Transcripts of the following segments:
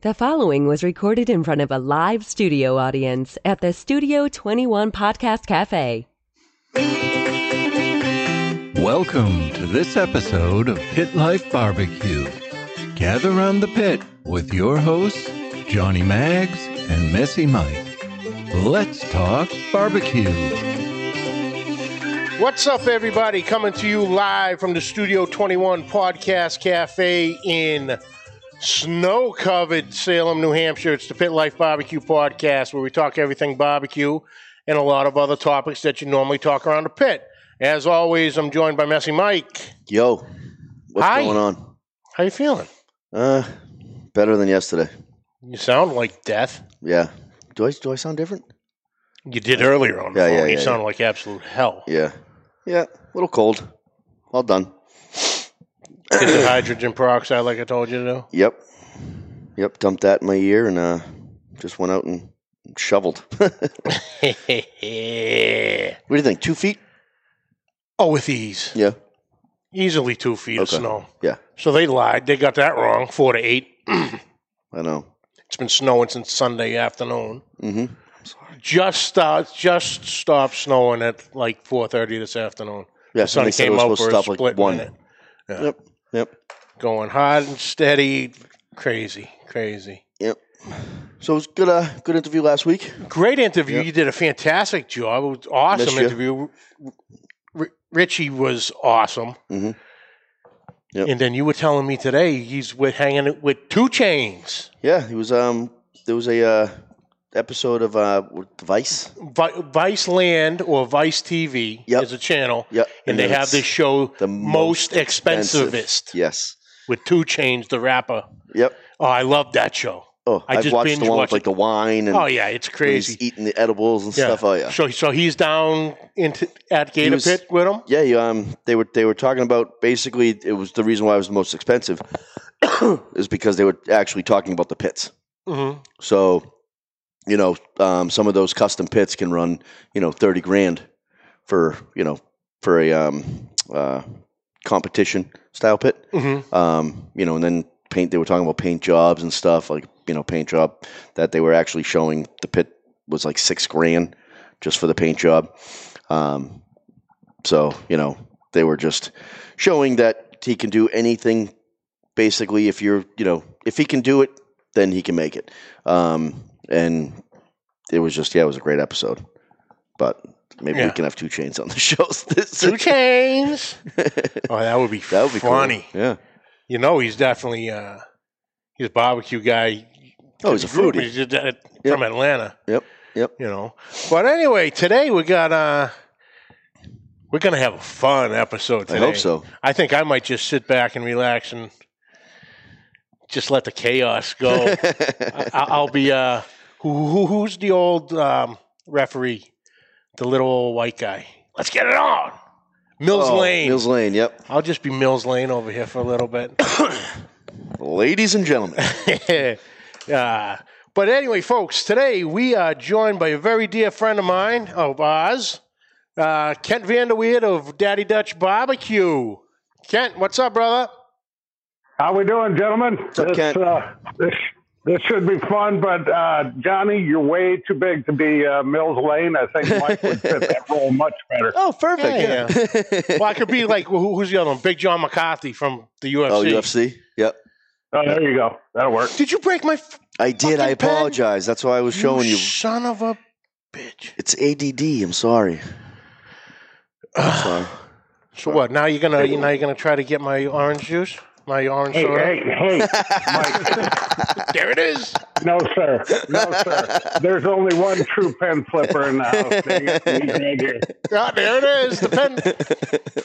The following was recorded in front of a live studio audience at the Studio 21 Podcast Cafe. Welcome to this episode of Pit Life Barbecue. Gather round the pit with your hosts, Johnny Mags and Messy Mike. Let's talk barbecue. What's up, everybody? Coming to you live from the Studio 21 Podcast Cafe in snow covered Salem, New Hampshire. It's the Pit Life Barbecue Podcast where we talk everything barbecue and a lot of other topics that you normally talk around the pit. As always, I'm joined by Messy Mike. Yo, what's Hi. going on? How you feeling? Uh, better than yesterday. You sound like death. Yeah. Do I do I sound different? You did earlier on. the Yeah, yeah, phone. you yeah, sound like absolute hell. Yeah. Yeah. A little cold. All done. Get the hydrogen peroxide like I told you to do. Yep. Yep. Dumped that in my ear and uh, just went out and shoveled. what do you think? Two feet? oh, with ease. Yeah. Easily two feet of Okay. snow. Yeah. So they lied. They got that wrong. Four to eight. I know. It's been snowing since Sunday afternoon. Mm-hmm. Just start, just stopped snowing at like four thirty this afternoon. Yeah. The sun they said it came was out for a supposed to stop split like one. minute. Yeah. Yep. Yep. Going hard and steady, crazy, crazy. Yep. So it was good. Uh, good interview last week. Great interview. Yep. You did a fantastic job. It was awesome Missed ya. interview. R- Richie was awesome. Mhm. Yep. And then you were telling me today he's with hanging it with two chains. Yeah. It was. Um. There was a uh, episode of uh, Vice. Vi- Vice Land or Vice TV Yep. is a channel. Yeah. And, they then have it's this show the most expensivest Yes. with Two Chains, the rapper. Yep. Oh, I love that show. Oh, I I have just watched binge the one watched with like it. the wine and Oh yeah, it's when he's crazy. eating the edibles and stuff. Oh yeah, So so he's down into at Gator was- Pit with him. yeah. You, um, they were they were talking about basically it was the reason why it was the most expensive is because they were actually talking about the pits. Mm-hmm. So, you know, um, some of those custom pits can run you know thirty grand for you know for a um, uh, competition style pit. Mm-hmm. um, you know, and then paint. They were talking about paint jobs and stuff, like you know, paint job that they were actually showing. The pit was like six grand just for the paint job. Um, so you know, they were just showing that he can do anything. Basically, if you're, you know, if he can do it, then he can make it. Um, and it was just, yeah, it was a great episode. But maybe Yeah. we can have two chains on the shows. This Two Chains. oh, that would be that would be cool. funny. Yeah. You know, he's definitely uh, he's a barbecue guy. Oh, he's a Group, foodie. He did that from Atlanta. Yep. Yep. you know. But anyway, today we got uh we're gonna have a fun episode I today. hope so. I think I might just sit back and relax and just let the chaos go. I, I'll be uh who, who who's the old um, referee, the little old white guy. Let's get it on, Mills Oh, Lane. Mills Lane, yep. I'll just be Mills Lane over here for a little bit. Ladies and gentlemen. uh, but anyway, folks, today we are joined by a very dear friend of mine, of ours, uh, Kent Vanderweerd of Daddy Dutch Barbecue. Kent, what's up, brother? How we doing, gentlemen? up, this, Kent? Uh, this this should be fun, but uh, Johnny, you're way too big to be uh, Mills Lane. I think Mike would fit that role much better. Oh, perfect. Yeah, Well, I could be like, who, who's the other one? Big John McCarthy from the UFC. oh, UFC? Yep. Oh, there you go. That'll work. Did you break my f- I did. I Fucking pen. apologize. That's why I was showing you. son of a bitch? It's ADD. I'm sorry. Sorry. So what? Now you're gonna now you're gonna try to get my orange juice, my orange Hey, soda. hey, hey, Mike! There it is. No, sir. No, sir. There's only one true pen flipper in the house. Dang it. He's right here. Ah, there it is. The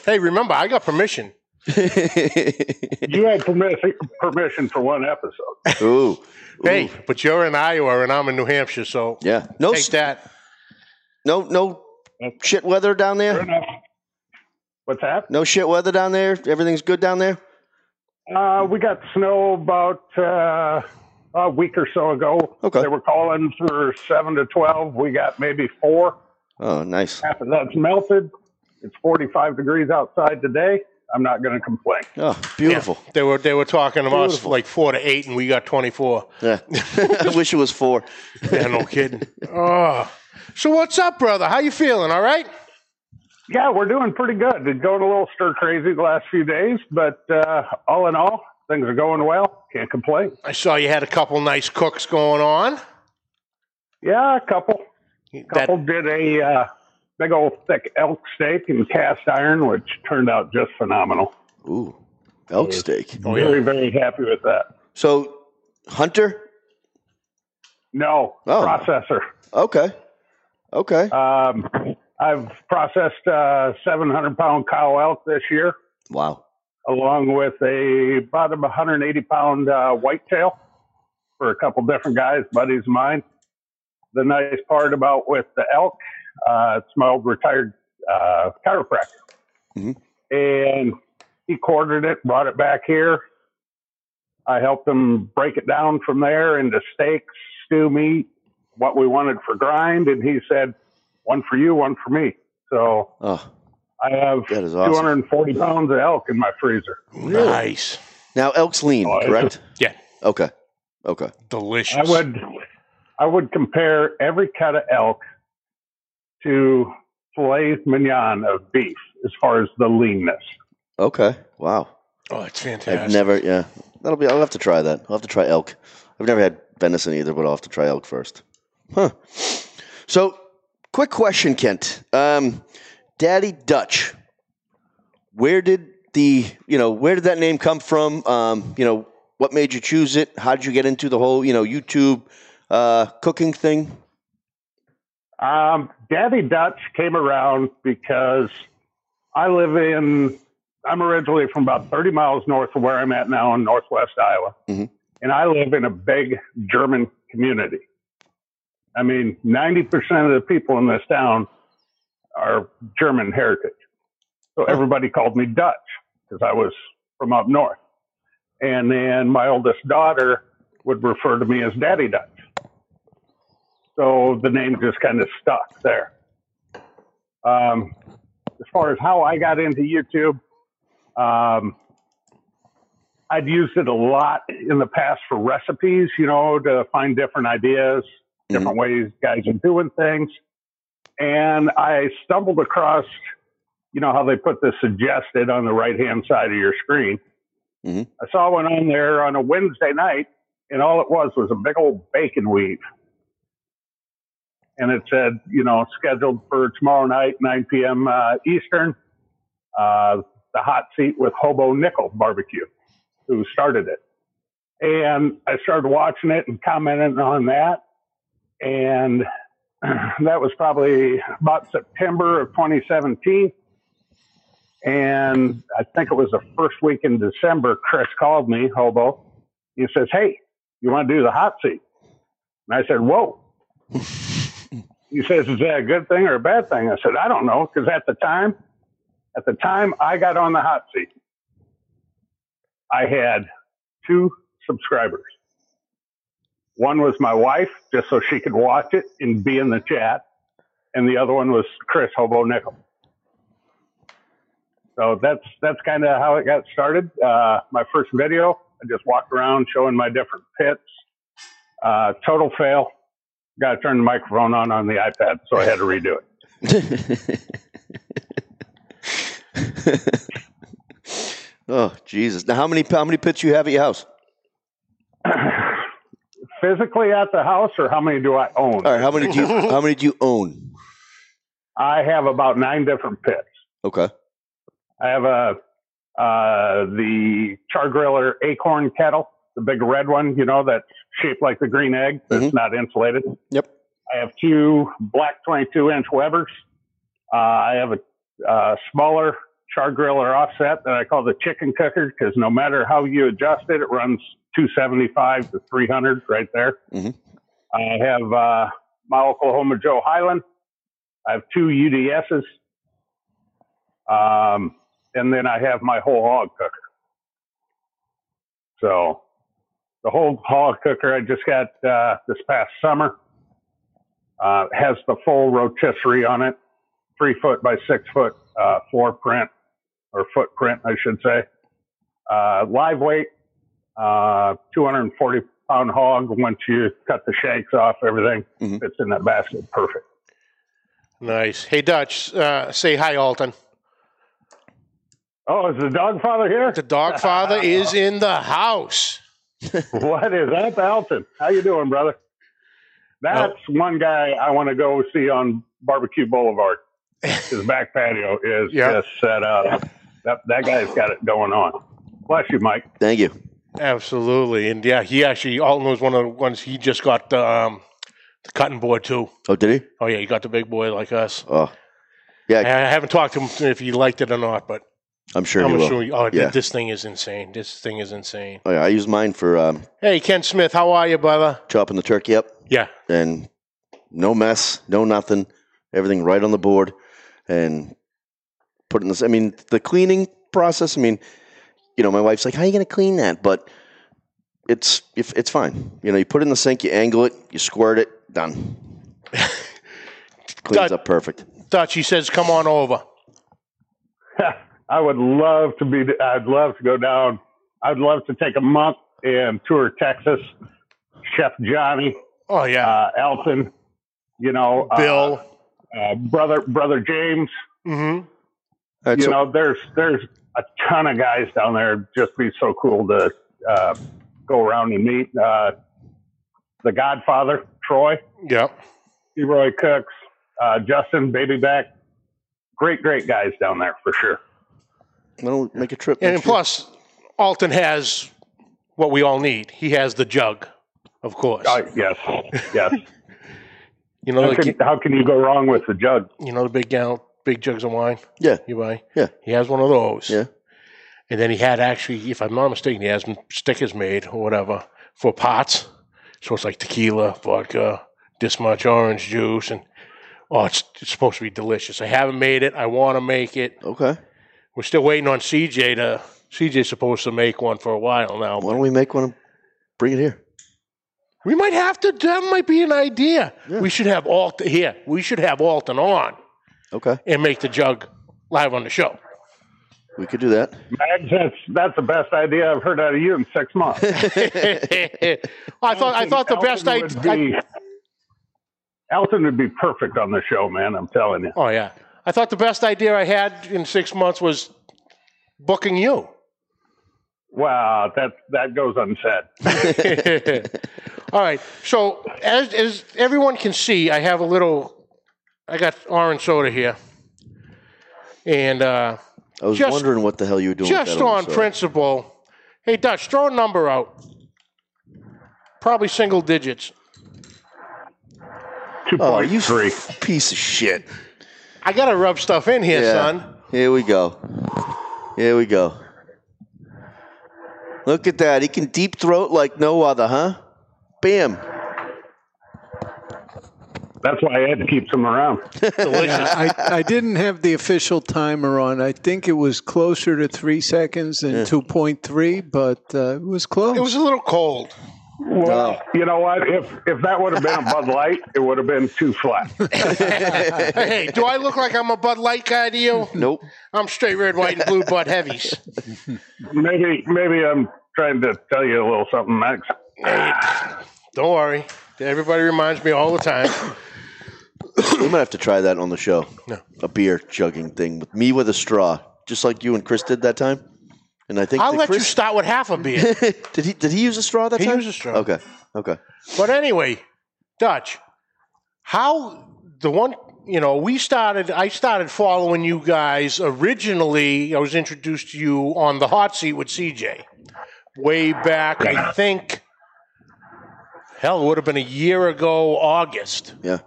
pen. hey, remember I got permission. You had permission permission for one episode. Ooh. Ooh. Hey, but you're in Iowa and I'm in New Hampshire, so Yeah. No, take s- that. no, no shit weather down Fair there. enough. What's that? No shit weather down there. Everything's good down there. Uh, we got snow about uh, a week or so ago. Okay. They were calling for seven to twelve. We got maybe four. Oh, nice. Half of that's melted. It's forty-five degrees outside today. I'm not going to complain. Oh, beautiful. They were they were talking about us Beautiful. like four to eight, and we got twenty four. Yeah. I wish it was four. Yeah, no kidding. Oh, so what's up, brother? How you feeling? All right? Yeah, we're doing pretty good. It's going a little stir crazy the last few days, but uh, all in all, things are going well. Can't complain. I saw you had a couple nice cooks going on. Yeah, a couple. That couple did a uh, big old thick elk steak in cast iron, which turned out just phenomenal. Ooh, elk steak. Oh, yeah. Very, very happy with that. So, Hunter? No, Oh. processor. Okay. Okay. Um, I've processed a 700 pound cow elk this year, Wow. along with a about a 180 pound uh, whitetail for a couple different guys, buddies of mine. The nice part about with the elk, uh, it's my old retired uh, chiropractor, Mhm. and he quartered it, brought it back here. I helped him break it down from there into steaks, stew meat, what we wanted for grind, and he said, "One for you, one for me." So Oh, I have that is awesome. 240 pounds of elk in my freezer. nice, Now, elk's lean, Oh, it's correct? yeah, Okay. Okay. delicious. I would, I would compare every cut of elk to filet mignon of beef as far as the leanness. Okay. Wow. Oh, it's I've fantastic. never, yeah. That'll be, I'll have to try that. I'll have to try elk. I've never had venison either, but I'll have to try elk first. Huh. So, quick question, Kent. Um, Daddy Dutch, where did the, you know, where did that name come from? Um, you know, what made you choose it? How did you get into the whole, you know, YouTube uh, cooking thing? Um, Daddy Dutch came around because I live in, I'm originally from about 30 miles north of where I'm at now in northwest Iowa. Mhm. And I live in a big German community. I mean, 90% of the people in this town are German heritage. So everybody called me Dutch because I was from up north. And then my oldest daughter would refer to me as Daddy Dutch. So the name just kind of stuck there. Um, as far as how I got into YouTube, um, I'd used it a lot in the past for recipes, you know, to find different ideas, different ways guys are doing things. And I stumbled across, you know, how they put the suggested on the right hand side of your screen. Mhm. I saw one on there on a Wednesday night, and all it was was a big old bacon weave and it said, you know, scheduled for tomorrow night, 9 p.m. Uh, Eastern, uh, the hot seat with Hobo Nickel Barbecue, who started it. And I started watching it and commenting on that. And that was probably about September of 2017. And I think it was the first week in December, Chris called me, Hobo. He says, Hey, you want to do the hot seat? And I said, Whoa. He says, "Is that a good thing or a bad thing?" I said, "I don't know, because at the time, at the time I got on the hot seat, I had two subscribers. One was my wife, just so she could watch it and be in the chat, and the other one was Chris Hobo Nickel. So that's that's kind of how it got started. Uh, my first video, I just walked around showing my different pits. Uh, total fail got to turn the microphone on on the iPad, so I had to redo it. oh, Jesus. Now, how many, how many pits you have at your house? Physically at the house, or how many do I own? All right. How many do you, how many do you own? I have about nine different pits. Okay. I have a uh, the char griller acorn kettle, the big red one, you know, that's shaped like the green egg, but it's not insulated. Yep. I have two black 22 inch Webers. Uh, I have a uh, smaller char griller offset that I call the chicken cooker because no matter how you adjust it, it runs 275 to 300 right there. Mhm. I have uh, my Oklahoma Joe Highland. I have two UDSs. Um, and then I have my whole hog cooker. So the whole hog cooker I just got uh, this past summer uh, has the full rotisserie on it, three foot by six foot uh, floor print, or footprint, I should say. Uh, live weight, uh, 240 pound hog. Once you cut the shanks off, everything Mhm. fits in that basket perfect. Nice. Hey, Dutch, uh, say hi, Alton. Oh, is the dog father here? The dog father is in the house. what is that, Alton? How you doing, brother? That's Oh. one guy I want to go see on Barbecue Boulevard. His back patio is Yeah. just set up. That, that guy's got it going on. Bless you, Mike. Thank you. Absolutely. And yeah, he actually, Alton was one of the ones he just got the, um, the cutting board too. Oh, did he? Oh, yeah, he got the big boy like us. Oh, I I yeah. haven't talked to him if he liked it or not, but I'm sure he I'm will. assuming, oh, th- Yeah. this thing is insane. This thing is insane. Oh, yeah, I use mine for um, Hey, Ken Smith, how are you, brother? chopping the turkey up, Yeah. and no mess, no nothing. Everything right on the board, and putting this. I mean, the cleaning process. I mean, you know, my wife's like, "How are you going to clean that?" But it's if it's fine. You know, you put it in the sink, you angle it, you squirt it, done. Cleans Done. up perfect. Dutch, he says, come on over. I would love to be. I'd love to go down. I'd love to take a month and tour Texas. Chef Johnny, Oh, yeah. uh, Elton, you know, uh, Bill. uh, brother, brother James. hmm All right, you so know, there's there's a ton of guys down there. Just be so cool to uh, go around and meet. Uh, the Godfather, Troy, Yeah. Leroy Cooks, uh, Justin, Baby Back. Great, great guys down there for sure. why don't we make a trip? And next year? plus, Alton has what we all need. He has the jug, of course. Uh, yes, yes. You know, how, the, can, how can you go wrong with the jug? you know the big gal, big jugs of wine yeah, you buy. Yeah. He has one of those. Yeah. And then he had actually, if I'm not mistaken, he has m- stickers made or whatever for pots. So it's like tequila, vodka, this much orange juice, and oh, it's, it's supposed to be delicious. I haven't made it. I want to make it. okay. We're still waiting on CJ to. CJ's supposed to make one for a while now. Why don't we make one? and Bring it here. We might have to. That might be an idea. Yeah. We should have Alton here. We should have Alton on Okay, and make the jug live on the show. we could do that. Mags, that's that's the best idea I've heard out of you in six months. I thought. I thought the best I, Elton would I. be- Elton would be perfect on the show, man. I'm telling you. Oh yeah. I thought the best idea I had in six months was booking you. Wow, that that goes unsaid. All right. So as as everyone can see, I have a little. I got orange soda here, and uh, I was Just- wondering what the hell you were doing. with just that old on soda. principle. Hey Dutch, throw a number out. Probably single digits. Two Oh, point you three. f- piece of shit. I gotta rub stuff in here, son. Here we go. Here we go. Look at that. He can deep throat like no other, huh? Bam. That's why Ed keeps him around. Delicious. I, I didn't have the official timer on. I think it was closer to three seconds than 2.3, but uh, it was close. It was a little cold. Well, Oh. you know what? If if that would have been a Bud Light, it would have been too flat. hey, do I look like I'm a Bud Light guy to you? Nope. I'm straight red, white, and blue Bud heavies. Maybe maybe I'm trying to tell you a little something, Max. Don't worry. Everybody reminds me all the time. We might have to try that on the show. No. A beer chugging thing with me with a straw, just like you and Chris did that time. And I think I'll that let you Chris, start with half a beer. did he did he use a straw that He time? used a straw. Okay. Okay. But anyway, Dutch, how the one you know we started? I started following you guys originally. I was introduced to you on the hot seat with CJ way back. I think hell it would have been a year ago, August. Yeah.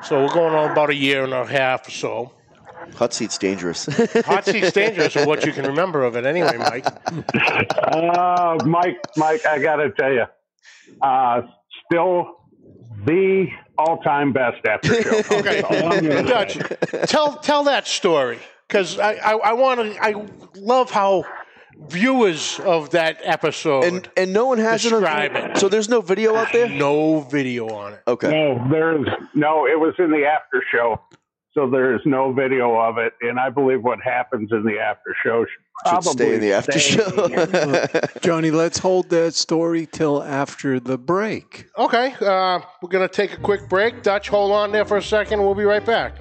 So we're going on about a year and a half or so. Hot seat's dangerous. Hot seat's dangerous, or what you can remember of it anyway, Mike. Uh, Mike, Mike, I gotta tell you, uh, still the all-time best after show. Okay, Oh, Dutch, tell tell that story because I I, I want to I love how viewers of that episode and and no one has Describe it. on- it. So there's no video out there. no video on it. Okay. No, there's no. It was in the after show, So there is no video of it, and I believe what happens in the after show should Should probably stay in the after stay show. Johnny, let's hold that story till after the break. Okay, uh, we're going to take a quick break. Dutch, hold on there for a second. We'll be right back.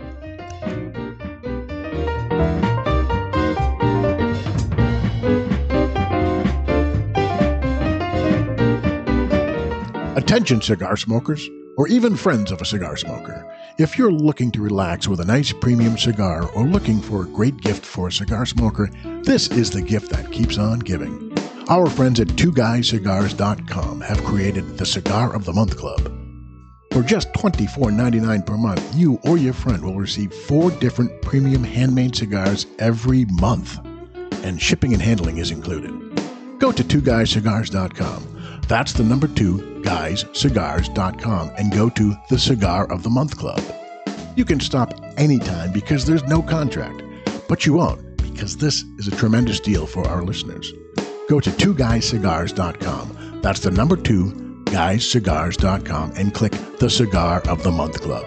Attention, cigar smokers, or even friends of a cigar smoker. If you're looking to relax with a nice premium cigar or looking for a great gift for a cigar smoker, this is the gift that keeps on giving. Our friends at twoguyscigars.com have created the Cigar of the Month Club. For just $24.99 per month, you or your friend will receive four different premium handmade cigars every month, and shipping and handling is included go to twoguyscigars.com. That's the number two, guyscigars.com, and go to the Cigar of the Month Club. You can stop anytime because there's no contract, but you won't because this is a tremendous deal for our listeners. Go to twoguyscigars.com. That's the number two, guyscigars.com, and click the Cigar of the Month Club.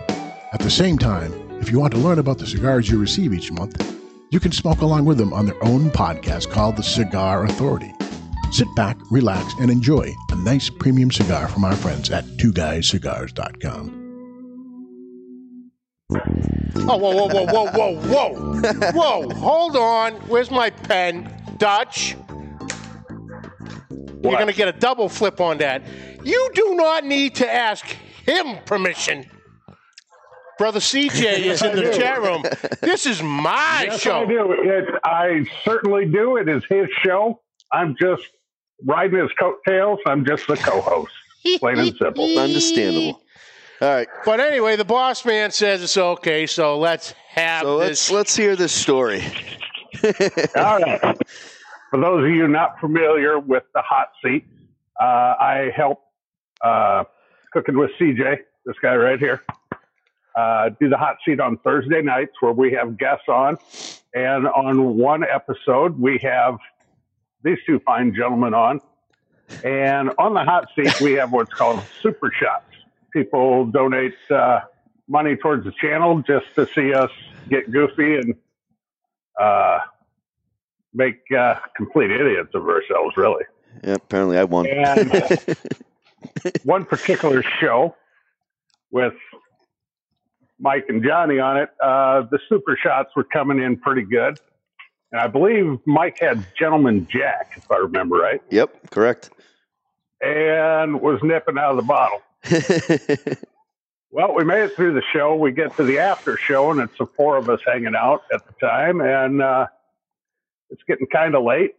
At the same time, if you want to learn about the cigars you receive each month, you can smoke along with them on their own podcast called The Cigar Authority. Sit back, relax, and enjoy a nice premium cigar from our friends at twoguyscigars.com. Oh, whoa, whoa, whoa, whoa, whoa, whoa. Whoa, hold on. Where's my pen? Dutch. You're going to get a double flip on that. You do not need to ask him permission. Brother CJ is in the chat room. This is my Yes, I show. do. It, I certainly do. It is his show. I'm just riding his coattails. I'm just the co-host, plain and simple. Understandable. All right, But anyway, the boss man says it's okay, so let's have so let's this. let's hear this story. All right. For those of you not familiar with the hot seat, uh, I help uh, cooking with CJ, this guy right here, uh, do the hot seat on Thursday nights where we have guests on. And on one episode, we have these two fine gentlemen on. And on the hot seat, we have what's called super shots. People donate uh, money towards the channel just to see us get goofy and uh, make uh, complete idiots of ourselves, really. Yeah, apparently I won. And uh, one particular show with Mike and Johnny on it, uh, the super shots were coming in pretty good. And I believe Mike had Gentleman Jack, if I remember right, Yep, correct. and was nipping out of the bottle. Well, we made it through the show. We get to the after show, and it's the four of us hanging out at the time, and uh, it's getting kind of late.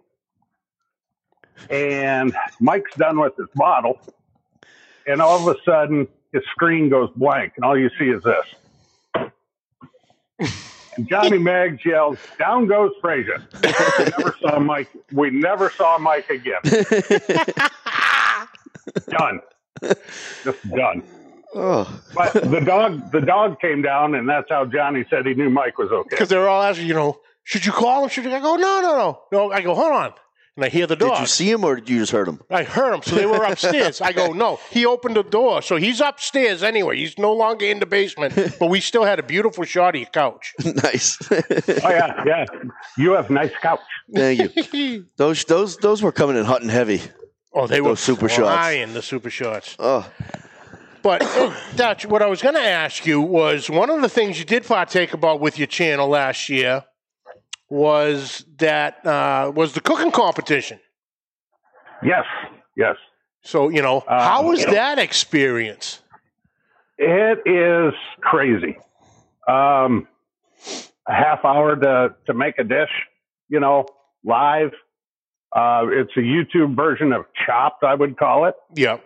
And Mike's done with his bottle, and all of a sudden his screen goes blank, and all you see is this. And Johnny Maggs yells, "Down goes Frazier!" We never saw Mike. We never saw Mike again. done. Just done. oh, But the dog, the dog came down, and that's how Johnny said he knew Mike was okay. Because they're all asking, you know, should you call him? Should you? I go, no, no, no. No, I go, hold on. And I hear the dog. did you see him or did you just heard him? I heard him, so they were upstairs. I go, no, he opened the door, so he's upstairs anyway. He's no longer in the basement, but we still had a beautiful shot of your couch. nice. Oh yeah, yeah. You have nice couch. Thank you. Those those those were coming in hot and heavy. Oh, they were Those super shots. flying the super shots. Oh, But uh, Dutch, what I was going to ask you was one of the things you did partake about with your channel last year was that uh, was the cooking competition. Yes, yes. So you know, Uh, how was you know- that experience? It is crazy. Um, a half hour to to make a dish, you know, live. Uh, it's a YouTube version of Chopped, I would call it. Yeah,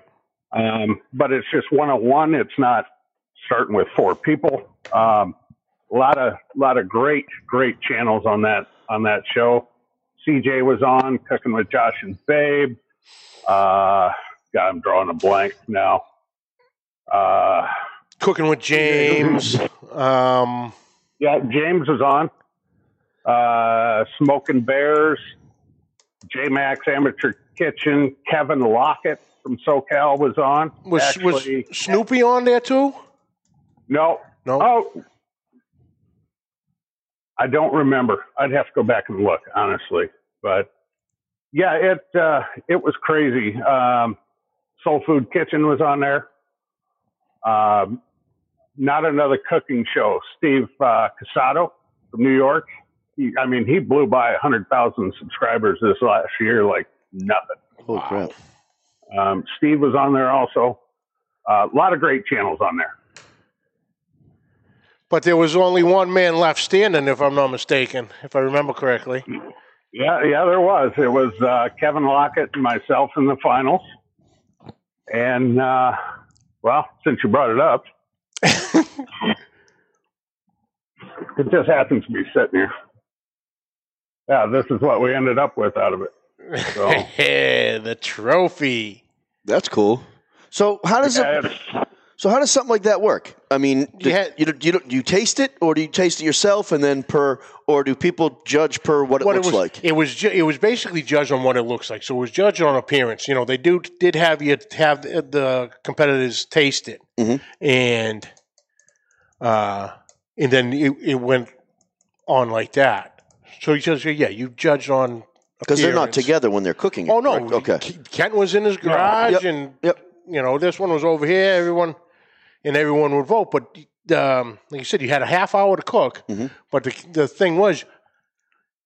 Um, but it's just one on one. It's not starting with four people. Um, a lot of lot of great great channels on that on that show. CJ was on cooking with Josh and Babe. Uh, God, I'm drawing a blank now. Uh, cooking with James. Um, yeah, James was on. Uh, Smoking Bears, J Max Amateur Kitchen, Kevin Lockett from SoCal was on. was Actually, was Snoopy on there too? no, No. Oh, I don't remember. I'd have to go back and look, honestly. But yeah, it uh, it was crazy. Um, Soul Food Kitchen was on there. Um, not another cooking show. Steve uh, Casado from New York. He, I mean, he blew by 100,000 subscribers this last year like nothing. Holy crap. Um, Steve was on there also. Uh, a lot of great channels on there. But there was only one man left standing, if I'm not mistaken, if I remember correctly. Yeah, yeah, there was. It was uh, Kevin Lockett and myself in the finals. And uh, well, since you brought it up, it just happens to be sitting here. Yeah, this is what we ended up with out of it. So, Oh. the trophy. That's cool. So how does yeah, it? it's- So how does something like that work? I mean, do, Yeah. you, don't- you, don't- do you taste it, or do you taste it yourself, and then per, or do people judge per what it what looks it was, like? It was ju- it was basically judged on what it looks like. So it was judged on appearance. You know, they do did have you have the, the competitors taste it, Mhm. and uh, and then it, it went on like that. So he says, yeah, you judged on Because they're not appearance. together when they're cooking. it, Oh no, correct? Okay. Ke- Kent was in his garage, Yep, and yep. you know this one was over here. Everyone and everyone would vote, but um, like you said, you had a half hour to cook. Mhm. But the the thing was,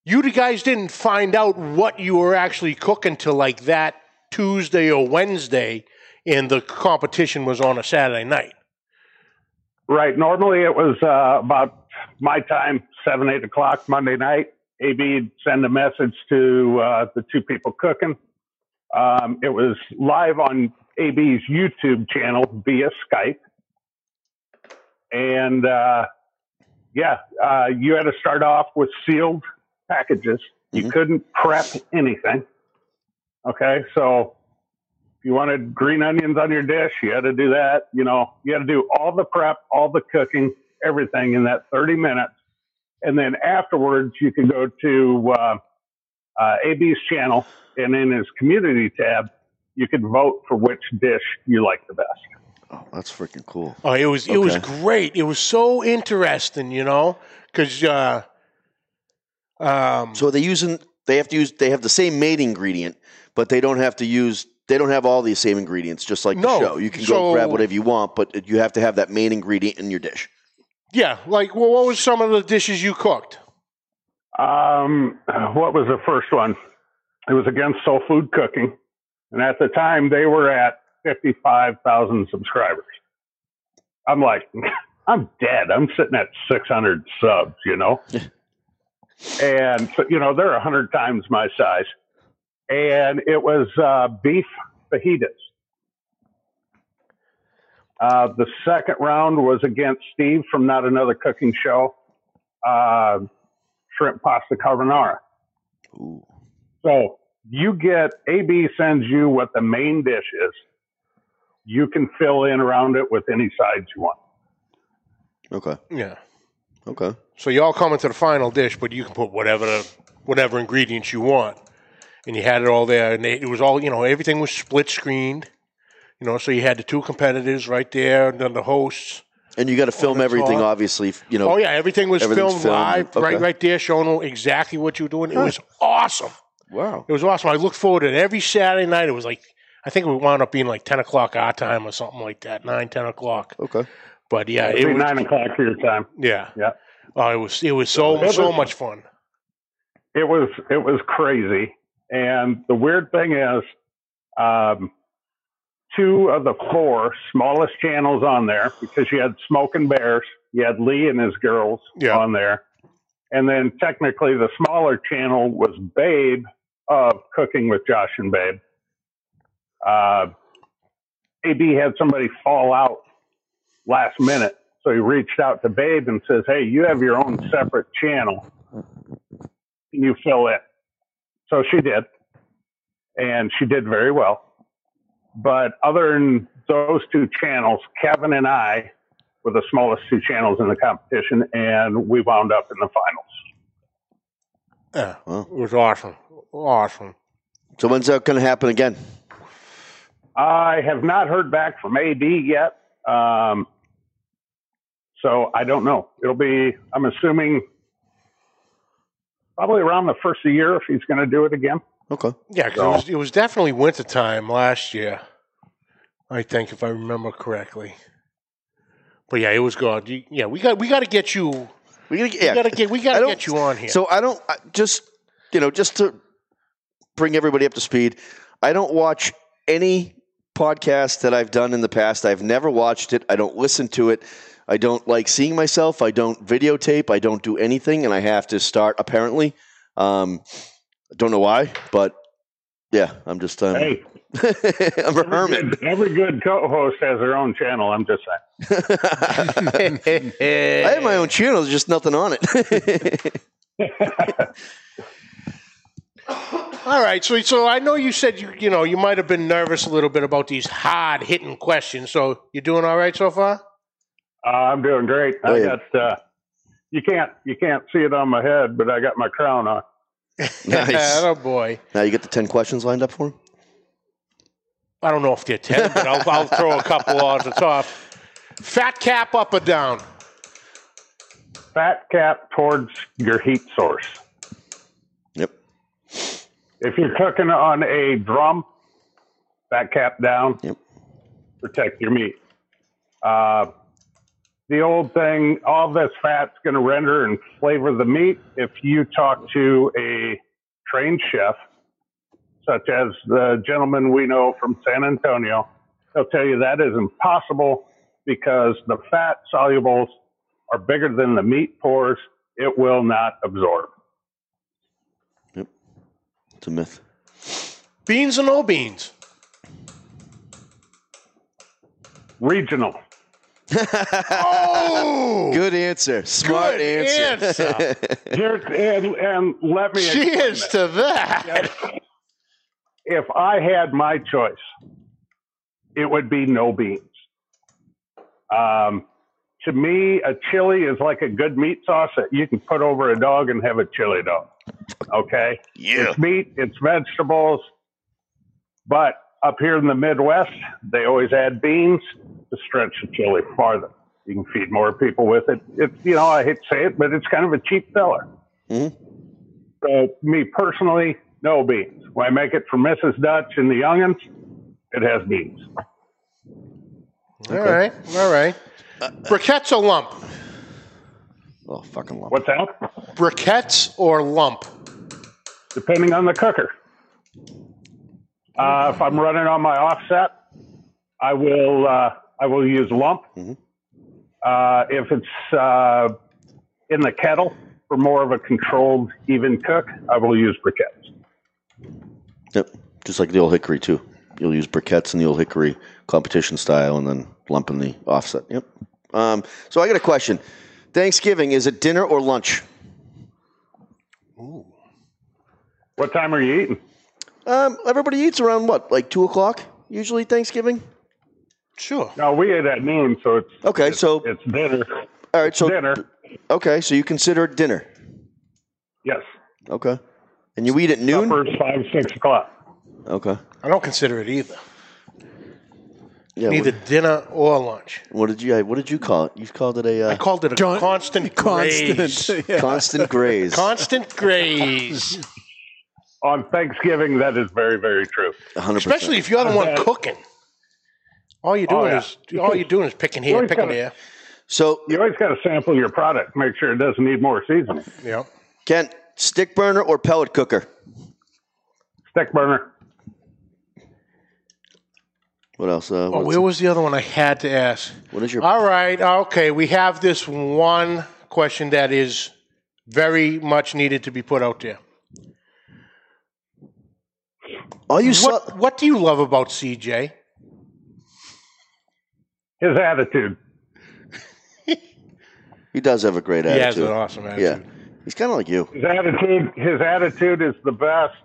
you guys didn't find out what you were actually cooking till like that Tuesday or Wednesday, and the competition was on a Saturday night. Right. Normally it was uh, about my time, seven, eight o'clock Monday night. AB'd send a message to uh, the two people cooking. Um, it was live on AB's YouTube channel via Skype. And uh, yeah, uh, you had to start off with sealed packages. You Mhm. couldn't prep anything. Okay. So if you wanted green onions on your dish, you had to do that. You know, you had to do all the prep, all the cooking, everything in that 30 minutes. And then afterwards, you can go to uh, uh, AB's channel and in his community tab, you could vote for which dish you like the best. Oh, that's freaking cool. Oh, it was it was Okay. great. It was so interesting, you know, because uh, um, So are they using? They have to use. They have the same main ingredient, but they don't have to use. They don't have all the same ingredients. Just like No, the show, you can so- go grab whatever you want, but you have to have that main ingredient in your dish. yeah, like well, what was some of the dishes you cooked? Um, what was the first one? It was against Soul Food Cooking. And at the time, they were at 55,000 subscribers. I'm like, I'm dead. I'm sitting at 600 subs, you know? and, so, you know, they're 100 times my size. And it was uh, beef fajitas. Uh, the second round was against Steve from Not Another Cooking Show. Uh, shrimp pasta carbonara. Ooh. So you get AB sends you what the main dish is. You can fill in around it with any sides you want. Okay. Yeah. Okay. So y'all come into the final dish, but you can put whatever whatever ingredients you want, and you had it all there, and they, it was all you know. Everything was split screened, you know. So you had the two competitors right there, and then the hosts. And you got to film Oh, that's everything, all. obviously. You know. Oh yeah, everything was Everything's filmed, filmed, live, okay. right, right there, showing exactly what you were doing. It was awesome. Wow. It was awesome. I looked forward to it every Saturday night. It was like I think we wound up being like ten o'clock our time or something like that, nine ten o'clock. Okay. But yeah, It'd it be was nine o'clock your time. yeah Yeah. Oh, it was it was so It so was- much fun. It was it was crazy. And the weird thing is, um, two of the four smallest channels on there because you had Smoking Bears, you had Lee and his girls Yeah. on there, and then technically the smaller channel was Babe of Cooking with Josh and Babe. Uh, AB had somebody fall out last minute, so he reached out to Babe and says, "Hey, you have your own separate channel. Can you fill it?" So she did, and she did very well. But other than those two channels, Kevin and I were the smallest two channels in the competition, and we wound up in the Yeah, finals. Wow. it was awesome, awesome. So when's that going to happen again? I have not heard back from AD yet, um, so I don't know. It'll be, I'm assuming, probably around the first of the year if he's going to do it again. Okay. Yeah, 'cause it, was, it was definitely wintertime last year, I think, if I remember correctly. But yeah, it was good. You- Yeah, we got we got to get you. We gotta, We yeah. got to get we got I to don't- get you on here. So I don't I just you know just to bring everybody up to speed. I don't watch any podcast that I've done in the past. I've never watched it. I don't listen to it. I don't like seeing myself. I don't videotape. I don't do anything, and I have to start apparently. Um, don't know why, but yeah, I'm just um, Hey, I'm a every hermit. good, every good co-host has their own channel. I'm just saying. I have my own channel. There's just nothing on it. All right, so so I know you said you you know you might have been nervous a little bit about these hard hitting questions. So you doing all right so far? Uh, I'm doing great. Oh, I yeah. got. Uh, you can't you can't see it on my head, but I got my crown on. nice. oh boy. Now you get the ten questions lined up for him. I don't know if they're ten, but I'll, I'll throw a couple on the top. Fat cap up or down? Fat cap towards your heat source. Yep. If you're cooking on a drum, fat cap down. Yep. Protect your meat. Uh, the old thing, all this fat's going to render and flavor the meat. If you talk to a trained chef, such as the gentleman we know from San Antonio, they'll tell you that is impossible because the fat solubles are bigger than the meat pores. It will not absorb. It's a myth. Beans or no beans? Regional. Oh, Good answer. Smart Good answer. answer. Here's, and, and let me explain Cheers this. to that. if I had my choice, it would be no beans. Um, to me, a chili is like a good meat sauce that you can put over a dog and have a chili dog. Okay? yeah. It's meat, it's vegetables. But up here in the Midwest, they always add beans to stretch the chili farther. You can feed more people with it. It's, you know, I hate to say it, but it's kind of a cheap filler. Mhm. So, me personally, no beans. When I make it for Mrs. Dutch and the youngins, it has beans. All right, all right. Uh, Briquettes or lump? Oh, fucking lump. What's that? Briquettes or lump? Depending on the cooker. Uh, if I'm running on my offset, I will uh, I will use lump. Mm-hmm. Uh, if it's uh, in the kettle for more of a controlled, even cook, I will use briquettes. Yep. Just like the old hickory too. You'll use briquettes in the old hickory competition style, and then lump in the offset. Yep. Um, so I got a question. Thanksgiving is it dinner or lunch? What time are you eating? Um, everybody eats around what, like two o'clock usually Thanksgiving. Sure. No, we ate at noon, so it's Okay, it's- Oh, so- it's dinner. All right. So dinner, okay, so you consider it dinner. yes. Okay. And you eat at noon. First five six o'clock. Okay. I don't consider it either. Yeah. Neither What, dinner or lunch. what did you? What did you call it? You called it a I uh, called it a Con- constant, graze. Constant. Yeah. constant graze. Constant graze. On Thanksgiving, that is very very true. 100%. Especially if you're the one cooking. All you're doing Oh, yeah. is all you're doing is picking here, Well, you picking gotta- there. So You always got to sample your product, make sure it doesn't need more seasoning. Yeah. Ken, stick burner or pellet cooker? Stick burner. What else? Uh, Oh, what's- where was the other one I had to ask? what is your All right, okay. We have this one question that is very much needed to be put out there. Are Oh, you What Sou- What do you love about CJ? His attitude. He does have a great He has attitude. an awesome yeah, attitude. he's kind of like you. His attitude. His attitude is the best.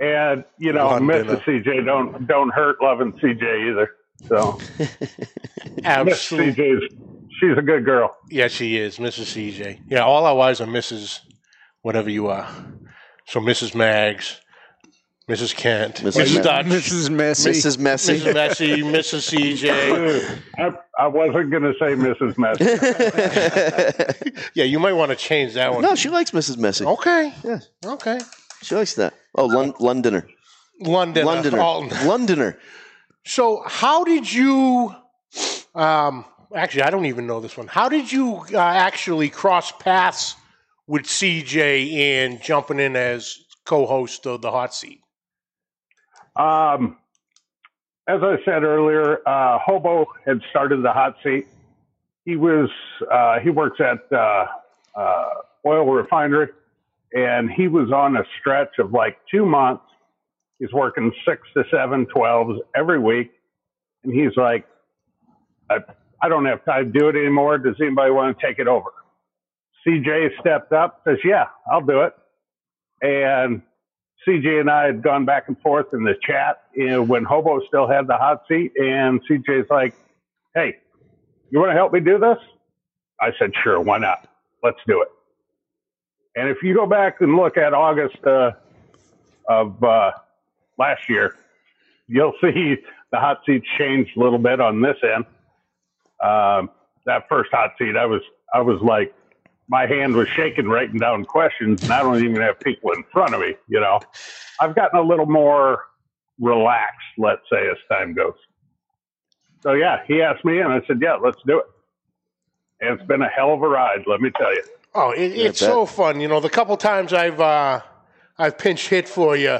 And you know, Love Mrs. dinner. CJ don't don't hurt loving CJ either. So Miss Absolutely. CJ's she's a good girl. Yes, she is, Mrs. CJ. Yeah, all our wives are Mrs. Whatever you are. So Mrs. Mags, Mrs. Kent, Mrs. Mrs. Dutch, Mrs. Messy. Mrs. Messy. Mrs. Messi, Mrs. CJ. I, I wasn't going to say Mrs. Messy. Yeah, you might want to change that one. no, she likes Mrs. Messy. Okay. Yeah. Okay. She likes that. Oh, Lon- Londoner. London. Londoner. Alton. Londoner. So, how did you? Um, actually, I don't even know this one. How did you uh, actually cross paths with CJ in jumping in as co-host of the hot seat? Um, as I said earlier, uh, Hobo had started the hot seat. He was uh, he works at uh, uh, oil refinery, and he was on a stretch of like two months. He's working six to seven twelves every week, and he's like, I, I don't have time to do it anymore. Does anybody want to take it over? CJ stepped up, says, Yeah, I'll do it, and CJ and I had gone back and forth in the chat and when Hobo still had the hot seat. And CJ's like, Hey, you want to help me do this? I said, Sure, why not? Let's do it. And if you go back and look at August uh, of uh, last year, you'll see the hot seats changed a little bit on this end. Um, that first hot seat, I was, I was like, my hand was shaking writing down questions, and I don't even have people in front of me. You know, I've gotten a little more relaxed, let's say, as time goes. So yeah, he asked me, and I said, "Yeah, let's do it." And it's been a hell of a ride, let me tell you. Oh, it, Yeah, it's that- so fun. You know, the couple times I've uh, I've pinch hit for you,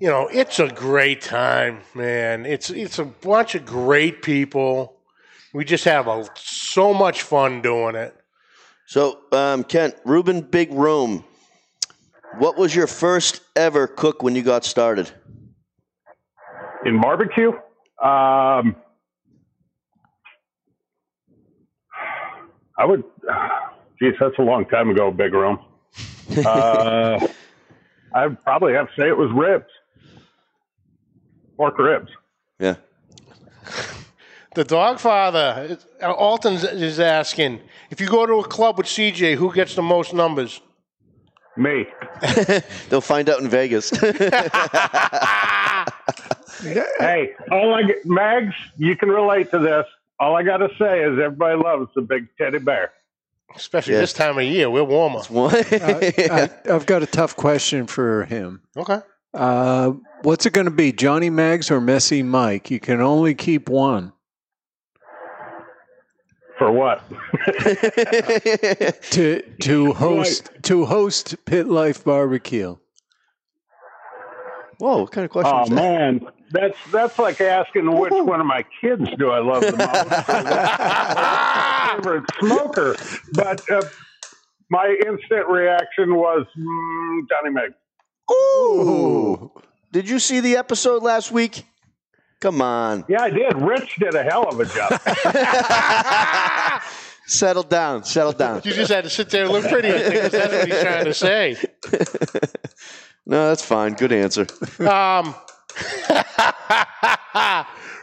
you know, it's a great time, man. It's it's a bunch of great people. We just have a, so much fun doing it. So, um, Kent, Ruben Big Room, what was your first ever cook when you got started? in barbecue. Um, I would. Geez, that's a long time ago. Big room. Uh, I'd probably have to say it was ribs, pork ribs. Yeah. The dog father, Alton is asking if you go to a club with CJ, who gets the most numbers? Me. They'll find out in Vegas. Hey, all I get, Mags, you can relate to this. All I gotta say is everybody loves the big teddy bear. Especially Yeah. this time of year, we're warmer. What? I, I've got a tough question for him. Okay. Uh, what's it going to be, Johnny Mags or Messy Mike? You can only keep one. For what? to to host to host Pit Life Barbecue. Whoa, what kind of question Oh is that? man, that's that's like asking which one of my kids do I love the most. My favorite smoker, but uh, my instant reaction was mm, Johnny Meg. Ooh. Did you see the episode last week? Come on. Yeah, I did. Rich did a hell of a job. Settle down. Settle down. You just had to sit there and look pretty. I think 'cause that's what he's trying to say. No, that's fine. Good answer. Um,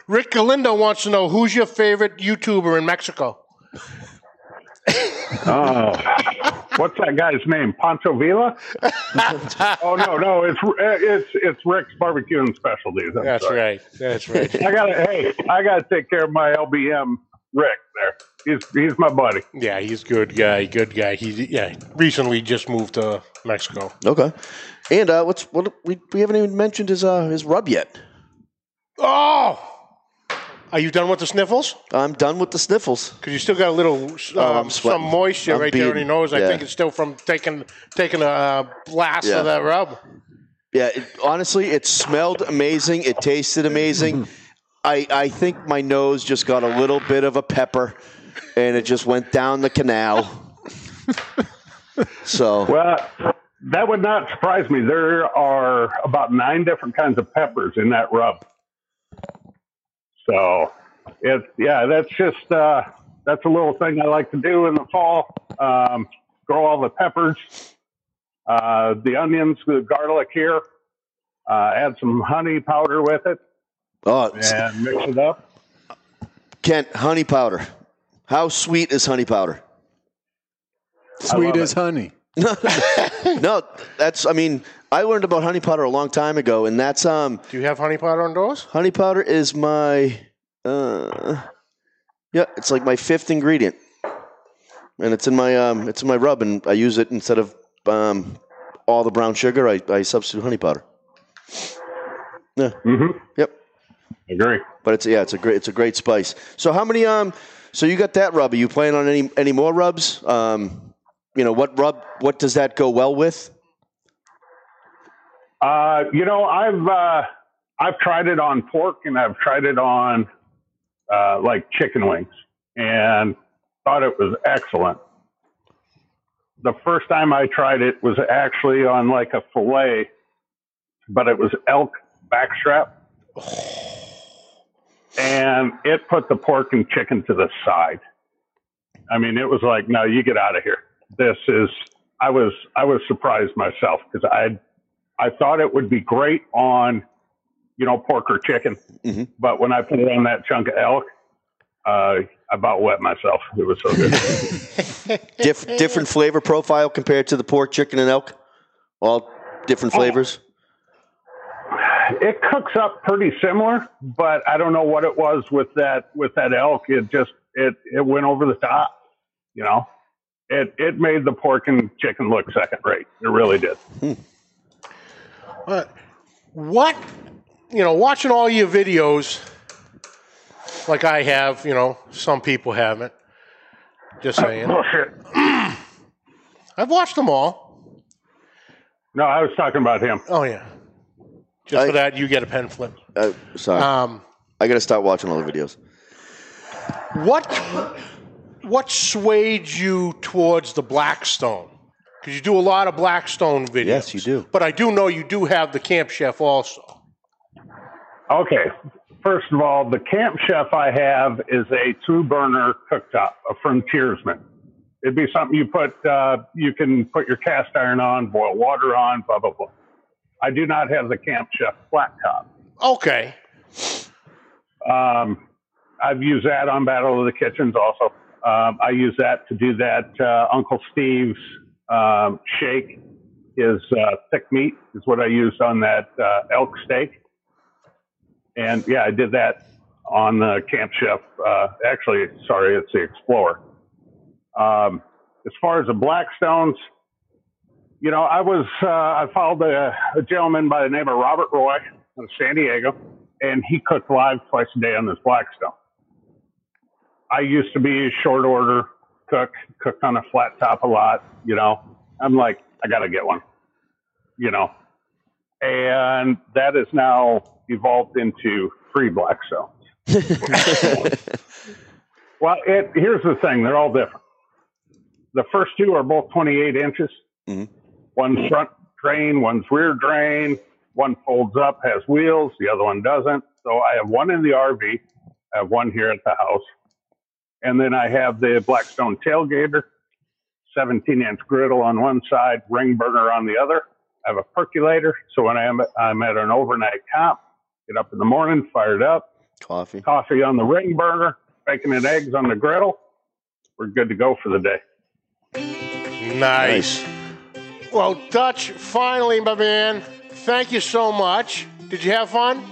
Rick Galindo wants to know who's your favorite YouTuber in Mexico. oh, what's that guy's name? Pancho Villa? oh no, no, it's uh, it's it's Rick's barbecue and specialties. I'm sorry. right. That's right. I gotta hey, I gotta take care of my LBM Rick there. He's he's my buddy. yeah, he's good guy. Good guy. He yeah recently just moved to Mexico. Okay. And uh, what's what we, we haven't even mentioned his uh, his rub yet. Oh. Are you done with the sniffles? I'm done with the sniffles. Because you still got a little Oh, um, I'm some sweating. moisture I'm right there in your beating. nose. I Yeah. think it's still from taking taking a uh, blast Yeah. of that rub. Yeah, it, honestly, it smelled amazing. It tasted amazing. I, I think my nose just got a little bit of a pepper, and it just went down the canal. so Well, that would not surprise me. There are about nine different kinds of peppers in that rub. So, it yeah, that's just uh, that's a little thing I like to do in the fall. Um, grow all the peppers, uh, the onions, the garlic here. Uh, add some honey powder with it oh, s- and mix it up. Kent, honey powder. How sweet is honey powder? Sweet love as it. honey. No, that's I mean I learned about honey powder a long time ago, and that's um Do you have honey powder on doors? honey powder is my uh yeah, it's like my fifth ingredient. And it's in my um it's in my rub and I use it instead of um all the brown sugar, I, I substitute honey powder. Mm-hmm. Yep. Agree. But it's yeah, it's a great it's a great spice. So how many um so you got that rub. Are you planning on any any more rubs? Um you know, what rub what does that go well with? Uh, you know, I've uh, I've tried it on pork and I've tried it on uh, like chicken wings and thought it was excellent. The first time I tried it was actually on like a fillet, but it was elk backstrap. And it put the pork and chicken to the side. I mean, it was like, no, you get out of here. This is. I was I was surprised myself because I I thought it would be great on, you know, pork or chicken. Mhm. But when I put it on that chunk of elk, uh, I about wet myself. It was so good. Diff, different flavor profile compared to the pork, chicken, and elk. All Oh. different flavors. it cooks up pretty similar, but I don't know what it was with that with that elk. It just it it went over the top. You know, it it made the pork and chicken look second rate. It really did. But what you know, watching all your videos, like I have, you know, some people haven't. Just saying, Bullshit. I've watched them all. No, I was talking about him. Oh yeah, just I- for that you get a pen flip. Uh, sorry, Um, I gotta start watching all the videos. what what swayed you towards the Blackstone? Because you do a lot of Blackstone videos. Yes, you do. But I do know you do have the Camp Chef also. Okay. First of all, the camp chef I have is a two burner cooktop, a frontiersman. It'd be something you put, uh, you can put your cast iron on, boil water on, blah, blah, blah. I do not have the camp chef flat top. Okay, Um, I've used that on Battle of the Kitchens also. Um, I use that to do that uh, Uncle Steve's um, shake. His uh, thick meat is what I used on that uh, elk steak. And yeah, I did that on the Camp Chef. Uh, actually, sorry, it's the Explorer. Um, as far as the Blackstones, you know, I was uh, I followed a, a gentleman by the name of Robert Roy out of San Diego, and he cooked live twice a day on this Blackstone. I used to be a short order cook, cooked on a flat top a lot. You know, I'm like, I gotta get one. You know, and that is now evolved into free Blackstones. well, it, here's the thing: they're all different. The first two are both 28 inches. One's front drain, one's rear drain. One folds up, has wheels. The other one doesn't. So I have one in the RV. I have one here at the house. And then I have the Blackstone tailgater, 17 inch griddle on one side, ring burner on the other. I have a percolator. So when I am, I'm at an overnight comp, get up in the morning, fired up, Coffee. coffee on the ring burner, bacon and eggs on the griddle. We're good to go for the day. nice. Well, Dutch, finally, my man. Thank you so much. Did you have fun?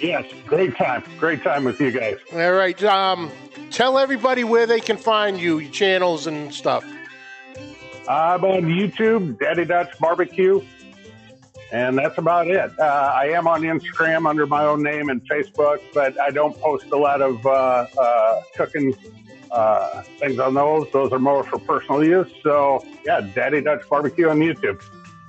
Yes, great time. Great time with you guys. All right. Um, tell everybody where they can find you, your channels and stuff. I'm on YouTube, Daddy Dutch Barbecue, and that's about it. Uh, I am on Instagram under my own name and Facebook, but I don't post a lot of uh, uh, cooking uh, things on those. Those are more for personal use. So, yeah, Daddy Dutch Barbecue on YouTube.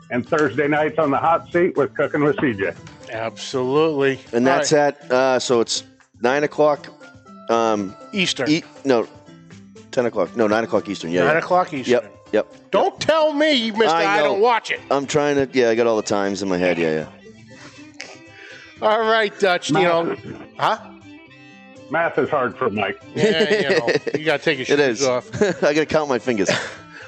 And Thursday nights on the hot seat with Cooking with CJ. Absolutely. And All that's right, at uh, so it's nine o'clock. Um, Eastern. e- no, ten o'clock. No, nine o'clock Eastern. Yeah. Nine yeah. o'clock Eastern. Yep. Yep. Don't tell me you missed I I, know. don't watch it. I'm trying to. Yeah, I got all the times in my head. Yeah, yeah. All right, Dutch. You know, huh? Math is hard for Mike. Yeah, you know, you got to take your It shoes is. off. I gotta count my fingers.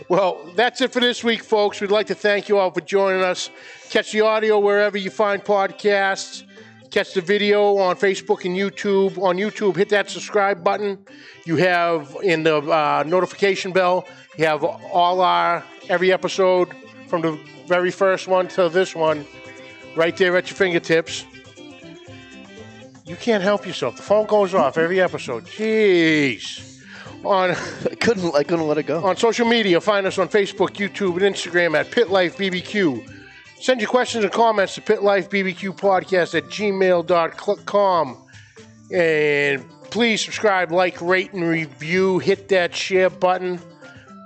Well, that's it for this week, folks. We'd like to thank you all for joining us. Catch the audio wherever you find podcasts. Catch the video on Facebook and YouTube. On YouTube, hit that subscribe button. You have in the uh, notification bell, you have all our, every episode from the very first one to this one, right there at your fingertips. You can't help yourself. The phone goes off every episode. Jeez. On I couldn't. I couldn't let it go. on social media, find us on Facebook, YouTube, and Instagram at Pit Life BBQ. Send your questions and comments to pitlifebbqpodcast at gmail.com. And please subscribe, like, rate, and review. Hit that share button.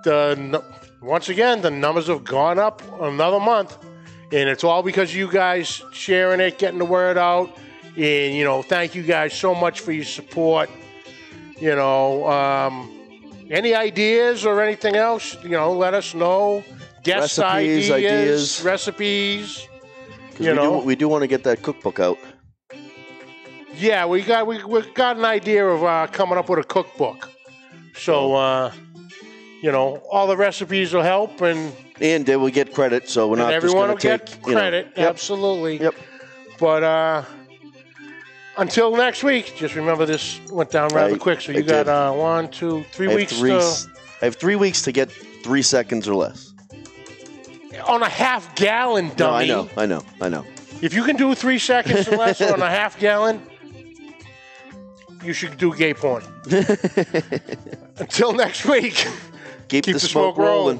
The nu- Once again, the numbers have gone up another month. And it's all because you guys sharing it, getting the word out. And, you know, thank you guys so much for your support. You know, um, any ideas or anything else, you know, let us know. Guest Recipes, ideas, ideas. recipes. 'Cause You we know, do, we do want to get that cookbook out. yeah, we got we, we got an idea of uh, coming up with a cookbook. So, uh, you know, all the recipes will help, and, And they will get credit, so we're and not just everyone going will to take get you know- credit. Yep. Absolutely. Yep. But uh, until next week, just remember this went down rather I- quick. So I you got did. uh, one, two, three I have weeks three. to- s- I have three weeks to get three seconds or less. on a half gallon No, I dummy. know, I know, I know. If you can do three seconds or less on a half gallon, you should do gay porn. Until next week. Keep, Keep the, smoke, rolling.